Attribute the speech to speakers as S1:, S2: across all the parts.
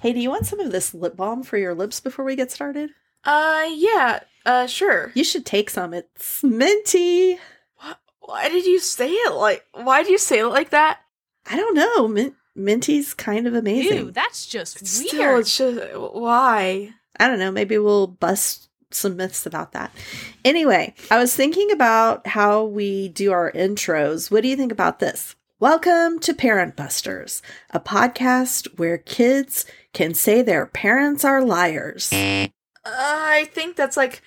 S1: Hey, do you want some of this lip balm for your lips before we get started?
S2: Uh, yeah. Uh, sure.
S1: You should take some. It's minty.
S2: Why did you say it like? Why do you say it like that?
S1: I don't know. Mint minty's kind of amazing.
S3: Ew, that's just weird.
S2: Still, it's just why.
S1: I don't know. Maybe we'll bust some myths about that. Anyway, I was thinking about how we do our intros. What do you think about this? Welcome to Parent Busters, a podcast where kids can say their parents are liars. A
S2: Uh, I think that's like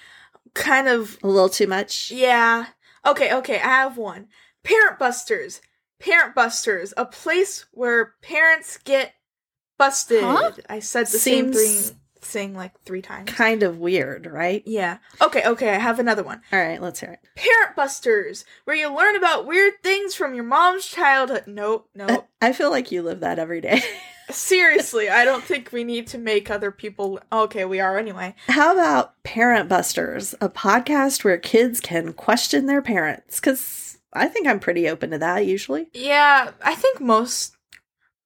S2: kind of
S1: little too much?
S2: yeah. Okay, okay. I have one. Parent Busters. Parent Busters, a place where parents get busted.
S3: Huh?
S2: I said the same
S1: Seems-
S2: thing thing like three times.
S1: Kind of weird, right?
S2: Yeah. Okay, okay. I have another one.
S1: All right, let's hear it.
S2: Parent Busters, where you learn about weird things from your mom's childhood. Nope,
S1: Uh,
S2: nope.
S1: I feel like you live that every day.
S2: Seriously, I don't think we need to make other people. Okay, we are anyway.
S1: How about Parent Busters, a podcast where kids can question their parents? Because I think I'm pretty open to that usually.
S2: Yeah, I think most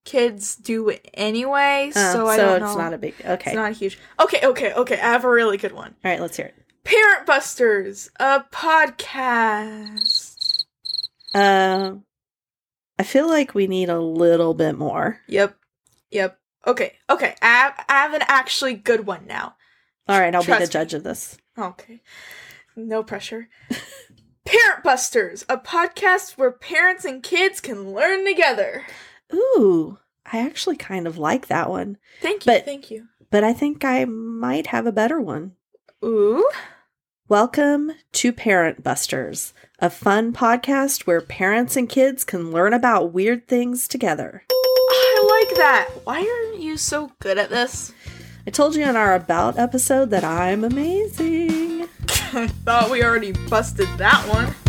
S2: kids do anyway,
S1: Uh,
S2: so I don't know.
S1: it's not a big okay.
S2: It's not huge. Okay, okay, okay. I have a really good one.
S1: All right, let's hear it.
S2: Parent Busters, a podcast.
S1: Um, I feel like we need a little bit more.
S2: Yep, yep. Okay, okay. I have, I have an actually good one now.
S1: All right, I'll be the
S2: Trust me.
S1: judge of this.
S2: Okay. No pressure. Parent Busters, a podcast where parents and kids can learn together.
S1: Ooh, I actually kind of like that one,
S2: Thank you.
S1: But-
S2: thank you.
S1: but I think I might have a better one.
S2: Ooh.
S1: Welcome to Parent Busters, a fun podcast where parents and kids can learn about weird things together.
S2: I like that. Why are you so good at this?
S1: I told you in our About episode that I'm amazing.
S2: I thought we already busted that one.